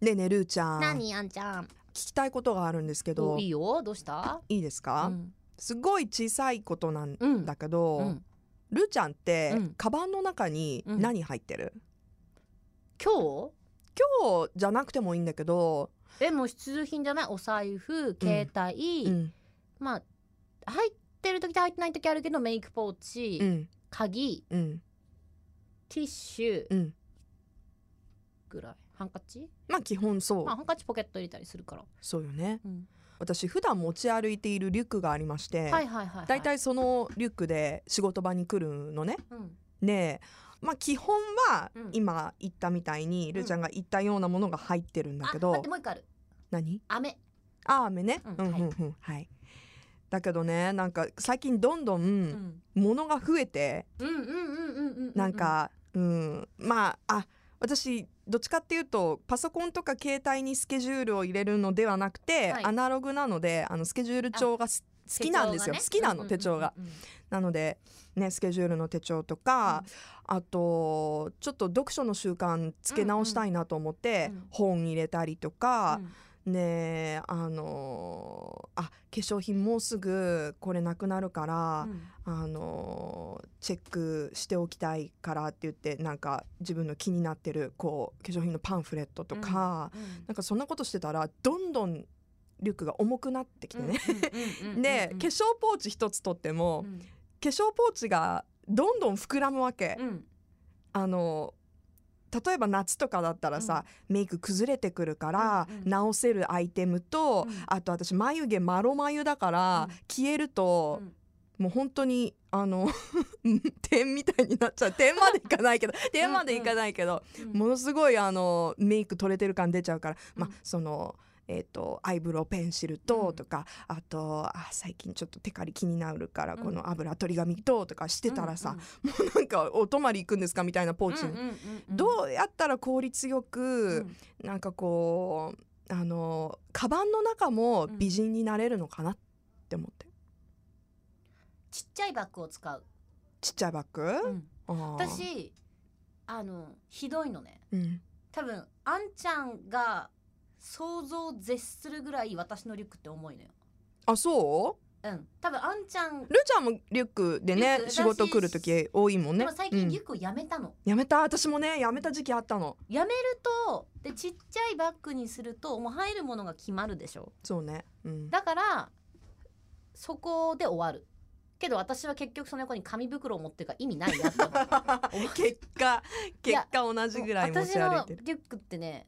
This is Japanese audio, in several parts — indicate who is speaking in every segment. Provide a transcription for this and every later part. Speaker 1: ねえねえるーちゃん聞
Speaker 2: 何あんちゃん
Speaker 1: きたいことがあるんですけど
Speaker 2: おい
Speaker 1: い
Speaker 2: いよどうした
Speaker 1: いですか、
Speaker 2: うん
Speaker 1: すごい小さいことなん
Speaker 2: うん
Speaker 1: だけど、
Speaker 2: うん
Speaker 1: るーちゃんって、
Speaker 2: うん
Speaker 1: カバンの中に
Speaker 2: うん
Speaker 1: 何入ってる、
Speaker 2: 今
Speaker 1: 今日じゃなくてもいいんだけど、
Speaker 2: 日えもう必需品じゃないお財布携帯、
Speaker 1: うん
Speaker 2: まあ入ってる時と入ってない時あるけどメイクポーチ、
Speaker 1: うん
Speaker 2: 鍵
Speaker 1: うん
Speaker 2: ティッシュ
Speaker 1: うん
Speaker 2: ぐらいハンカチ、
Speaker 1: まあ基本そう、
Speaker 2: まあ、ハンカチポケット入れたりするから、
Speaker 1: そうよね
Speaker 2: うん
Speaker 1: 私普段持ち歩いているリュックがありまして、
Speaker 2: はいはいはい、はい、
Speaker 1: だいたいそのリュックで仕事場に来るのね
Speaker 2: うん
Speaker 1: ねえまあ基本は
Speaker 2: うん
Speaker 1: 今言ったみたいに、るーちゃんが言ったようなものが入ってるんだけ
Speaker 2: あ
Speaker 1: ど
Speaker 2: 待ってもう一個ある
Speaker 1: 何
Speaker 2: 飴
Speaker 1: あーめね、
Speaker 2: うん
Speaker 1: うんうんうんはいだけどねなんか最近どんど
Speaker 2: うんん
Speaker 1: 物が増えて、
Speaker 2: うんうんうんうんうん
Speaker 1: なんかうんまああ私どっちかっていうとパソコンとか携帯にスケジュールを入れるのではなくて、
Speaker 2: はい
Speaker 1: アナログなのであのスケジュール帳がす好きなんですよ、好きなの手帳が、なのでねスケジュールの手帳とか、あとちょっと読書の習慣つけ直したいなと思って、
Speaker 2: うんうん
Speaker 1: 本入れたりとか、
Speaker 2: うん
Speaker 1: ねえあのーあ化粧品もうすぐこれなくなるから、あのーチェックしておきたいからって言ってなんか自分の気になってるこう化粧品のパンフレットとか、なんかそんなことしてたらどんどんリュックが重くなってきてね。 で化粧ポーチ一つとっても、化粧ポーチがどんどん膨らむわけ、あの例えば夏とかだったらさ、メイク崩れてくるから、
Speaker 2: うんうん
Speaker 1: 直せるアイテムと、
Speaker 2: うん
Speaker 1: あと私眉毛マロ眉だから、
Speaker 2: うん
Speaker 1: 消えると、もう本当にあの 点みたいになっちゃう点までいかない けど点までいかないけど、ものすごいあのメイク取れてる感出ちゃうから、まあ
Speaker 2: うん
Speaker 1: その。えー、とアイブロウペンシル
Speaker 2: う
Speaker 1: と
Speaker 2: ん
Speaker 1: とか、あとあ最近ちょっとテカリ気になるから、
Speaker 2: うん
Speaker 1: この油取り紙ととかしてたらさ、もうなんかお泊まり行くんですかみたいなポーチに、どうやったら効率よく、なんかこうあのカバンの中も美人になれるのかなって思って
Speaker 2: ちっちゃいバッグを使う
Speaker 1: ちっちゃいバッグ、あー、
Speaker 2: 私あのひどいのね
Speaker 1: うん、
Speaker 2: 多分あんちゃんが想像を絶するぐらい私のリュックって重いのよ
Speaker 1: あそう
Speaker 2: うん多分あんちゃん
Speaker 1: ルーちゃんもリュックでね
Speaker 2: リュック
Speaker 1: 仕事来る時多いもん
Speaker 2: で
Speaker 1: ね
Speaker 2: も最近リ
Speaker 1: う
Speaker 2: ュックをやめたの
Speaker 1: んやめた私もねやめた時期あったの
Speaker 2: やめるとでちっちゃいバッグにするともう入るものが決まるでしょ
Speaker 1: そうね、うん、
Speaker 2: だからそこで終わるけど私は結局その横に紙袋を持ってるから意味ないなって思う
Speaker 1: 結果
Speaker 2: い
Speaker 1: 結
Speaker 2: や
Speaker 1: 果同じぐらい持
Speaker 2: 私
Speaker 1: ち歩い
Speaker 2: の
Speaker 1: て
Speaker 2: リ
Speaker 1: る
Speaker 2: ュックってね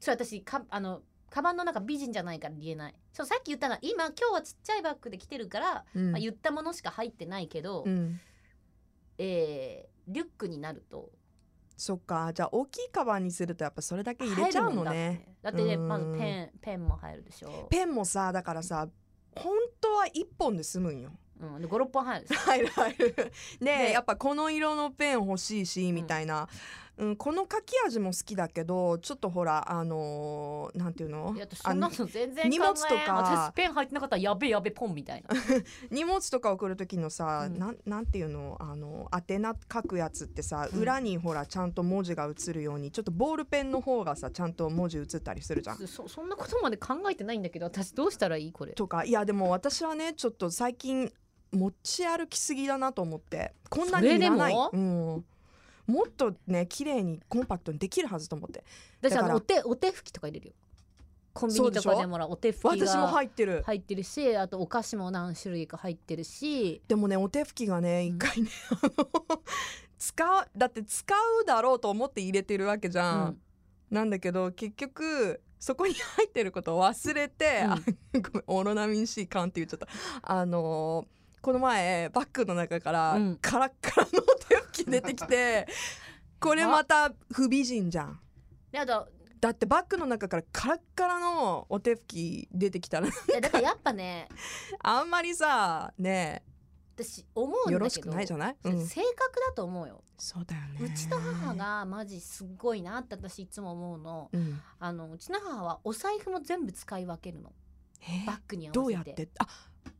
Speaker 2: そう私かあのカバンの中美人じゃないから言えないそうさっき言ったのは今今日はちっちゃいバッグで来てるから、
Speaker 1: うん
Speaker 2: まあ、言ったものしか入ってないけど、
Speaker 1: うん、
Speaker 2: えーリュックになると
Speaker 1: そっかじゃあ大きいカバンにするとやっぱそれだけ
Speaker 2: 入
Speaker 1: 入れちゃう
Speaker 2: るも
Speaker 1: の
Speaker 2: んだって
Speaker 1: ね
Speaker 2: だってね
Speaker 1: うん
Speaker 2: まずペンペンも入るでしょ、
Speaker 1: ペンもさだからさ本当は1本で済むんよ。
Speaker 2: うん、で56本入 るでしょ
Speaker 1: 入る入る。ね
Speaker 2: で
Speaker 1: やっぱこの色のペン欲しいしみたいな、うんこの書き味も好きだけどちょっとほらあのーなんていうの
Speaker 2: いやそんな
Speaker 1: あ
Speaker 2: の全然考えん
Speaker 1: 荷物とか
Speaker 2: 私ペン入ってなかったらやべやべポンみたいな
Speaker 1: 荷物とか送る時のさ、
Speaker 2: うん
Speaker 1: なんなんていうのあの宛名書くやつってさ
Speaker 2: うん
Speaker 1: 裏にほらちゃんと文字が映るようにちょっとボールペンの方がさちゃんと文字映ったりす るじゃん。
Speaker 2: そそんなことまで考えてないんだけど私どうしたらいいこれ
Speaker 1: とかいやでも私はねちょっと最近持ち歩きすぎだなと思ってこんなにいらない、
Speaker 2: それ
Speaker 1: うん、もっとね綺麗にコンパクトにできるはずと思って
Speaker 2: 私
Speaker 1: だから
Speaker 2: あのお手お手拭きとか入れるよコンビニと
Speaker 1: そうで
Speaker 2: か
Speaker 1: しょ
Speaker 2: でもらうお手拭き
Speaker 1: 私も
Speaker 2: が
Speaker 1: 入ってる、
Speaker 2: 入ってるしあとお菓子も何種類か入ってるし
Speaker 1: でもねお手拭きがね一回ね、 あの使うだって使うだろうと思って入れてるわけじ
Speaker 2: う
Speaker 1: ゃん、
Speaker 2: ん
Speaker 1: なんだけど結局そこに入ってることを忘れて、あごめんオロナミン C 缶って言っちゃったあのーこの前バッグの中から、
Speaker 2: うん
Speaker 1: カラッカラのお手拭き出てき てこれまた不美人じゃん
Speaker 2: であと
Speaker 1: だってバッグの中からカラッカラのお手拭き出てきたら
Speaker 2: いやだからやっぱね
Speaker 1: あんまりさね
Speaker 2: 私思うんだけど
Speaker 1: よろしくないじゃない、う
Speaker 2: それ
Speaker 1: ん、
Speaker 2: 性格だと思うよ、
Speaker 1: そうだよね
Speaker 2: うちの母、がマジすっごいなって私いつも思うの
Speaker 1: うん、
Speaker 2: あのうちの母はお財布も全部使い分けるの
Speaker 1: え
Speaker 2: バッグに合わせて
Speaker 1: どうやってあ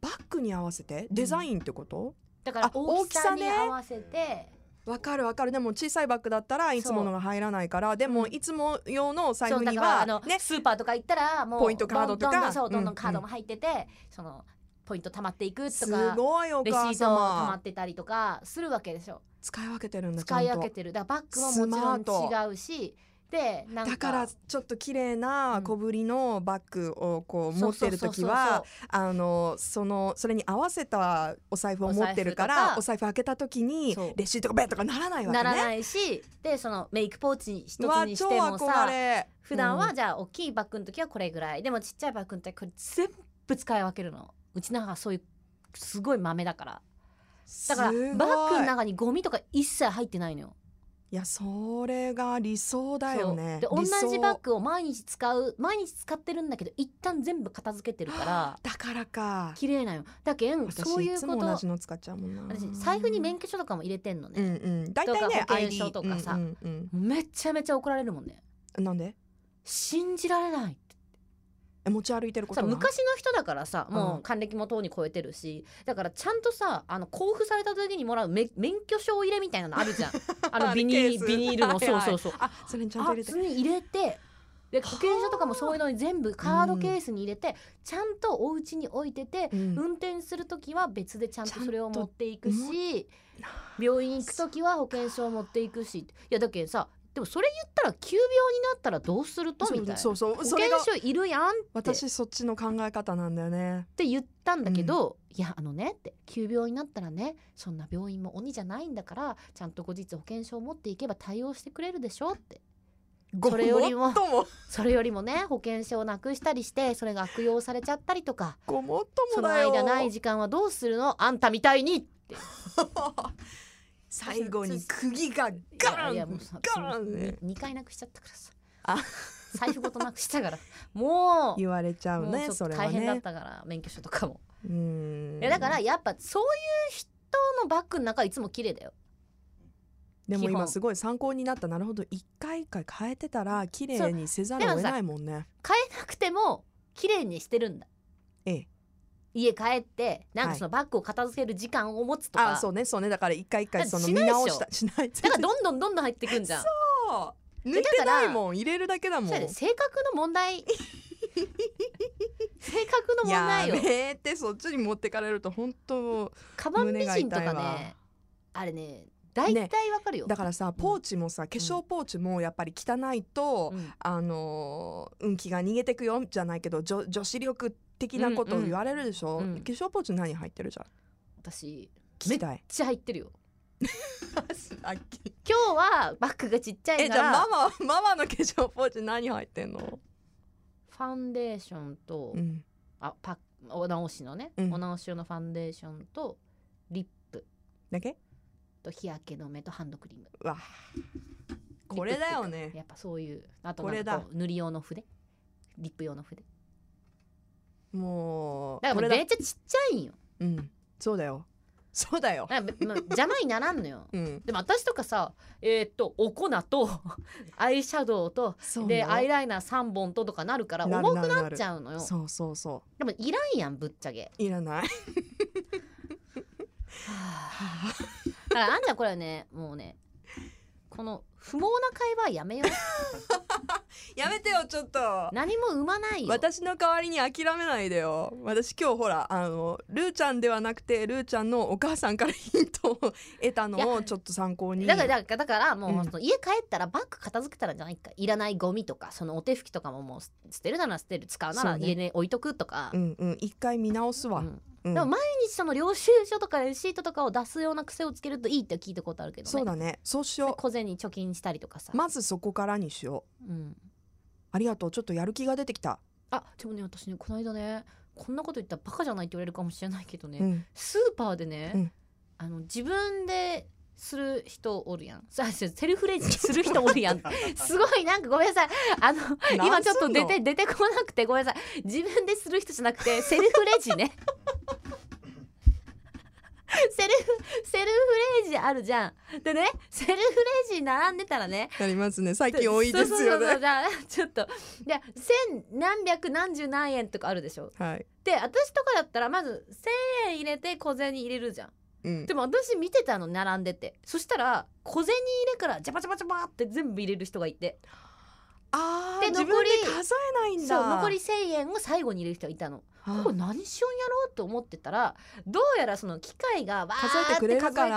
Speaker 1: バッグに合わせてデザインってこと、
Speaker 2: だから
Speaker 1: あ
Speaker 2: 大き
Speaker 1: 大
Speaker 2: さ
Speaker 1: きさ
Speaker 2: に
Speaker 1: ね
Speaker 2: 合わせて、
Speaker 1: わかるわかるでも小さいバッグだったらいつものが入らないからでも
Speaker 2: うん
Speaker 1: いつも用の財
Speaker 2: そう
Speaker 1: 布
Speaker 2: だ
Speaker 1: に
Speaker 2: から
Speaker 1: は
Speaker 2: あの、
Speaker 1: ね
Speaker 2: スーパーとか行ったらもう
Speaker 1: ポイントカードとか
Speaker 2: どんどんそうどん
Speaker 1: う
Speaker 2: ど
Speaker 1: ん
Speaker 2: んカードも入ってて、そのポイント貯まっていくと
Speaker 1: す
Speaker 2: か
Speaker 1: ごいお
Speaker 2: レシ
Speaker 1: 母
Speaker 2: ートも貯ま
Speaker 1: 様
Speaker 2: ってたりとかするわけでしょ
Speaker 1: 使い分けてるんだちゃ
Speaker 2: 使い分
Speaker 1: ん
Speaker 2: け
Speaker 1: と
Speaker 2: てるだからバッグももちろん違うしでなんか
Speaker 1: だからちょっと綺麗な小ぶりのバッグをこう
Speaker 2: そ
Speaker 1: 持
Speaker 2: う
Speaker 1: っ
Speaker 2: そ
Speaker 1: て
Speaker 2: う
Speaker 1: る
Speaker 2: そう
Speaker 1: 時
Speaker 2: そう
Speaker 1: はあのそのそれに合わせたお財布を持ってるから
Speaker 2: お財布とか
Speaker 1: お財布開けた時に
Speaker 2: そう
Speaker 1: レシートがベッとかならないわけ
Speaker 2: な
Speaker 1: ね。
Speaker 2: らないしでそのメイクポーチ一つ
Speaker 1: うわ
Speaker 2: にし
Speaker 1: 超
Speaker 2: ても
Speaker 1: 憧
Speaker 2: さ
Speaker 1: れ
Speaker 2: 普段
Speaker 1: う
Speaker 2: は
Speaker 1: ん
Speaker 2: じゃあ大きいバッグの時はこれぐらいでもちっちゃいバッグの時はこれ全部使い分けるのうちの母そういうすごい豆だからだからバ
Speaker 1: すごい
Speaker 2: ッグの中にゴミとか一切入ってないのよ
Speaker 1: いやそれが理想だよね。
Speaker 2: そうで同じバッ
Speaker 1: グ
Speaker 2: グを毎日使う毎日使ってるんだけど一旦全部片付けてるから
Speaker 1: だからか。
Speaker 2: 綺麗なんよだけん
Speaker 1: 私
Speaker 2: そういう
Speaker 1: つ
Speaker 2: こ
Speaker 1: も
Speaker 2: と
Speaker 1: 同
Speaker 2: 私
Speaker 1: じの使っちゃうもんな。
Speaker 2: 財布に免許証とかも入れてんの
Speaker 1: うん
Speaker 2: ね、
Speaker 1: うん。大体ね
Speaker 2: とか保険証
Speaker 1: ID
Speaker 2: とかさ
Speaker 1: うんうん
Speaker 2: めちゃめちゃ怒られるもんね
Speaker 1: うんなんで？
Speaker 2: 信じられないって
Speaker 1: え持ち歩いてるこ
Speaker 2: さ
Speaker 1: とが。
Speaker 2: 昔の人だからさ
Speaker 1: う
Speaker 2: も
Speaker 1: ん
Speaker 2: う還暦もとうに超えてるし、だからちゃんとさあの交付された時にもらうめ免許証入れみたいなのあるじ ゃんあのビニ
Speaker 1: ケー
Speaker 2: ー
Speaker 1: ス
Speaker 2: ル ビニールの、
Speaker 1: はいはい
Speaker 2: そうそうそう
Speaker 1: あそれにちゃんと入れて
Speaker 2: あ。に入れてで保険証とかもそういうのに全部カードケースに入れて、ちゃんとお家に置いてて、
Speaker 1: うん
Speaker 2: 運転する時は別でちゃんとそれを持っていく
Speaker 1: ちゃんと
Speaker 2: し病院行く時は保険証を持っていくしいやだけどさでもそれ言ったら急病になったらどうするとみたいな
Speaker 1: そうそうそうそ
Speaker 2: 保
Speaker 1: れ
Speaker 2: 険
Speaker 1: が
Speaker 2: 証いるやんって
Speaker 1: 私そっちの考え方なんだよね
Speaker 2: って言ったんだけど、いやあのねって急病になったらねそんな病院も鬼じゃないんだからちゃんと後日保険証を持っていけば対応してくれるでしょってそれよりも
Speaker 1: ごっとも
Speaker 2: それよりもね保険証をなくしたりしてそれが悪用されちゃったりとか
Speaker 1: ごもっと
Speaker 2: そ
Speaker 1: も
Speaker 2: の
Speaker 1: だよ
Speaker 2: 間ない時間はどうするのあんたみたいに
Speaker 1: 最後に釘がガ
Speaker 2: いやいや
Speaker 1: ー
Speaker 2: も
Speaker 1: ン
Speaker 2: うさ
Speaker 1: ガーンね
Speaker 2: 2回なくしちゃったからさ
Speaker 1: あ
Speaker 2: 財布ごとなくし たからもう
Speaker 1: 言われちゃう
Speaker 2: もうち
Speaker 1: ね
Speaker 2: ょっ
Speaker 1: そ
Speaker 2: と
Speaker 1: れは
Speaker 2: 大変だっ
Speaker 1: ね
Speaker 2: たから免許証とかも。
Speaker 1: うん
Speaker 2: いやだからやっぱそういう人のバッグの中はいつも綺麗だよ。
Speaker 1: でも
Speaker 2: 基
Speaker 1: 今
Speaker 2: 本
Speaker 1: すごい参考になったなるほど一回一回変えてたら綺麗にせざるを得ないもんね
Speaker 2: 変えなくても綺麗にしてるんだ。
Speaker 1: ええ
Speaker 2: 家帰ってなん
Speaker 1: は
Speaker 2: か
Speaker 1: い
Speaker 2: そのバッグを片付ける時間を持つとか、
Speaker 1: あそうねそうねだから一回一
Speaker 2: だ
Speaker 1: 回
Speaker 2: って
Speaker 1: その
Speaker 2: し
Speaker 1: 見
Speaker 2: ないでし
Speaker 1: 直
Speaker 2: ょ
Speaker 1: したしない
Speaker 2: だからどんどんどんどん入ってくんじゃん。
Speaker 1: そう 抜いてないもん入れるだけだもん
Speaker 2: そうやで性格の問 題性格の問題よ
Speaker 1: やべえってそっちに持ってかれると本当
Speaker 2: カバン
Speaker 1: 胸
Speaker 2: 美人と
Speaker 1: が痛
Speaker 2: か
Speaker 1: いわ
Speaker 2: ねあれね大体わかるよ、
Speaker 1: だからさポーチもさ化粧ポーチもやっぱり汚いと、
Speaker 2: うん
Speaker 1: あのー運気が逃げてくよじゃないけど女女子力的なことを言われるでしょ、
Speaker 2: うんうんうん
Speaker 1: 化粧ポーチ何入ってるじゃん
Speaker 2: 私めっ
Speaker 1: 聞きたい
Speaker 2: ちゃ入ってるよ
Speaker 1: あき
Speaker 2: 今日はバッグがちっちゃい
Speaker 1: え
Speaker 2: か
Speaker 1: じゃ
Speaker 2: ら
Speaker 1: あマ マママの化粧ポーチ何入ってんの、
Speaker 2: ファンデーションと、
Speaker 1: うん、
Speaker 2: あパッお直しのね、
Speaker 1: うん
Speaker 2: お直し用のファンデーションとリップ
Speaker 1: だけ
Speaker 2: と日焼け止めとハンドクリーム
Speaker 1: うわこれだよね
Speaker 2: やっぱそういうあと
Speaker 1: これだ
Speaker 2: なんかこう塗り用の筆リップ用の筆
Speaker 1: もう
Speaker 2: だか
Speaker 1: こ
Speaker 2: ら
Speaker 1: れ
Speaker 2: め
Speaker 1: だ
Speaker 2: っちゃちっちゃいんよ
Speaker 1: うんそうだよそうだよ
Speaker 2: だからま邪魔にならんのよ
Speaker 1: うん
Speaker 2: でも私とかさえーっとお粉とアイシャドウと
Speaker 1: そう
Speaker 2: でアイ
Speaker 1: ラ
Speaker 2: ライナー3本ととかなるから
Speaker 1: なる
Speaker 2: 重
Speaker 1: な
Speaker 2: く
Speaker 1: る
Speaker 2: な
Speaker 1: な
Speaker 2: っ
Speaker 1: る
Speaker 2: ちゃうのよ
Speaker 1: そうそうそ
Speaker 2: でもいらんやんぶっちゃけ
Speaker 1: ういらない
Speaker 2: だからあんちゃんこれはねもうねこの不毛な会話はやめよ う
Speaker 1: やめてよちょっと
Speaker 2: 何も生まないよ
Speaker 1: 私の代わりに諦めないでよ私今日ほらあのルーちゃんではなくてルーちゃんのお母さんからヒントを得たの
Speaker 2: い
Speaker 1: をちょっと参考に
Speaker 2: だからだからだからもう、
Speaker 1: うん
Speaker 2: その家帰ったらバッグ片付けたらじゃないかいらないゴミとかそのお手拭きとかももう捨捨てるなら捨てる使うな
Speaker 1: そ
Speaker 2: ら
Speaker 1: うね
Speaker 2: 家に置いとくとか、
Speaker 1: うんうん一回見直すわ、
Speaker 2: うん
Speaker 1: うん
Speaker 2: でも毎日その領収書とかレシートとかを出すような癖をつけるといいって聞いたことあるけどね
Speaker 1: そうだねそうし
Speaker 2: で
Speaker 1: よ
Speaker 2: 小銭貯金したりとかさ、
Speaker 1: うまずそこからにしよう
Speaker 2: うん、
Speaker 1: ありがとうちょっとやる気が出てきた、
Speaker 2: あでもね私ねこの間ねこんなこと言ったらバカじゃないって言われるかもしれないけどね、
Speaker 1: うん、
Speaker 2: スーパーでね、
Speaker 1: うん
Speaker 2: あの自分でする人おるやんさセルフレジする人おる やんすごいなんかごめんなさいあの今ちょっと出て出てこなくてごめんなさい自分でする人じゃなくてセルフレジね セルフセルフレジあるじゃんでねセルフレジ並んでたらね
Speaker 1: なりますね最近多いです
Speaker 2: そうそ
Speaker 1: よ
Speaker 2: うそうそう
Speaker 1: ね
Speaker 2: じゃあちょっとで千何百何十何円とかあるでしょ
Speaker 1: はい
Speaker 2: で私とかだったらまず1,000円入れて小銭入れるじゃん
Speaker 1: ううん
Speaker 2: でも私見てたの並んでてそしたら小銭入れからジャバジャバジャバって全部入れる人がいて
Speaker 1: あー
Speaker 2: で
Speaker 1: 自
Speaker 2: 残
Speaker 1: 分
Speaker 2: り
Speaker 1: で数えないんだ
Speaker 2: そう残り1,000円を最後に入れる人がいたの。
Speaker 1: あ
Speaker 2: これ何しよんやろうと思ってたらどうやらその機械がわーって
Speaker 1: 数えて
Speaker 2: 数えて
Speaker 1: く
Speaker 2: くれ
Speaker 1: れ
Speaker 2: て
Speaker 1: るか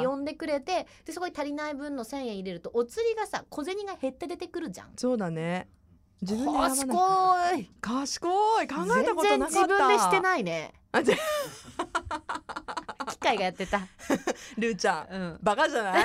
Speaker 1: ら
Speaker 2: 呼んでくれてでそこに足りない分の1,000円入れるとお釣りがさ小銭が減って出てくるじゃん。
Speaker 1: そうだね自分で選ばない
Speaker 2: 賢
Speaker 1: 賢
Speaker 2: い
Speaker 1: い考えたことなかった
Speaker 2: 全然自分でしてないね
Speaker 1: あぜ
Speaker 2: 機械がやってた、
Speaker 1: ルーちゃん
Speaker 2: うん、
Speaker 1: バカじゃない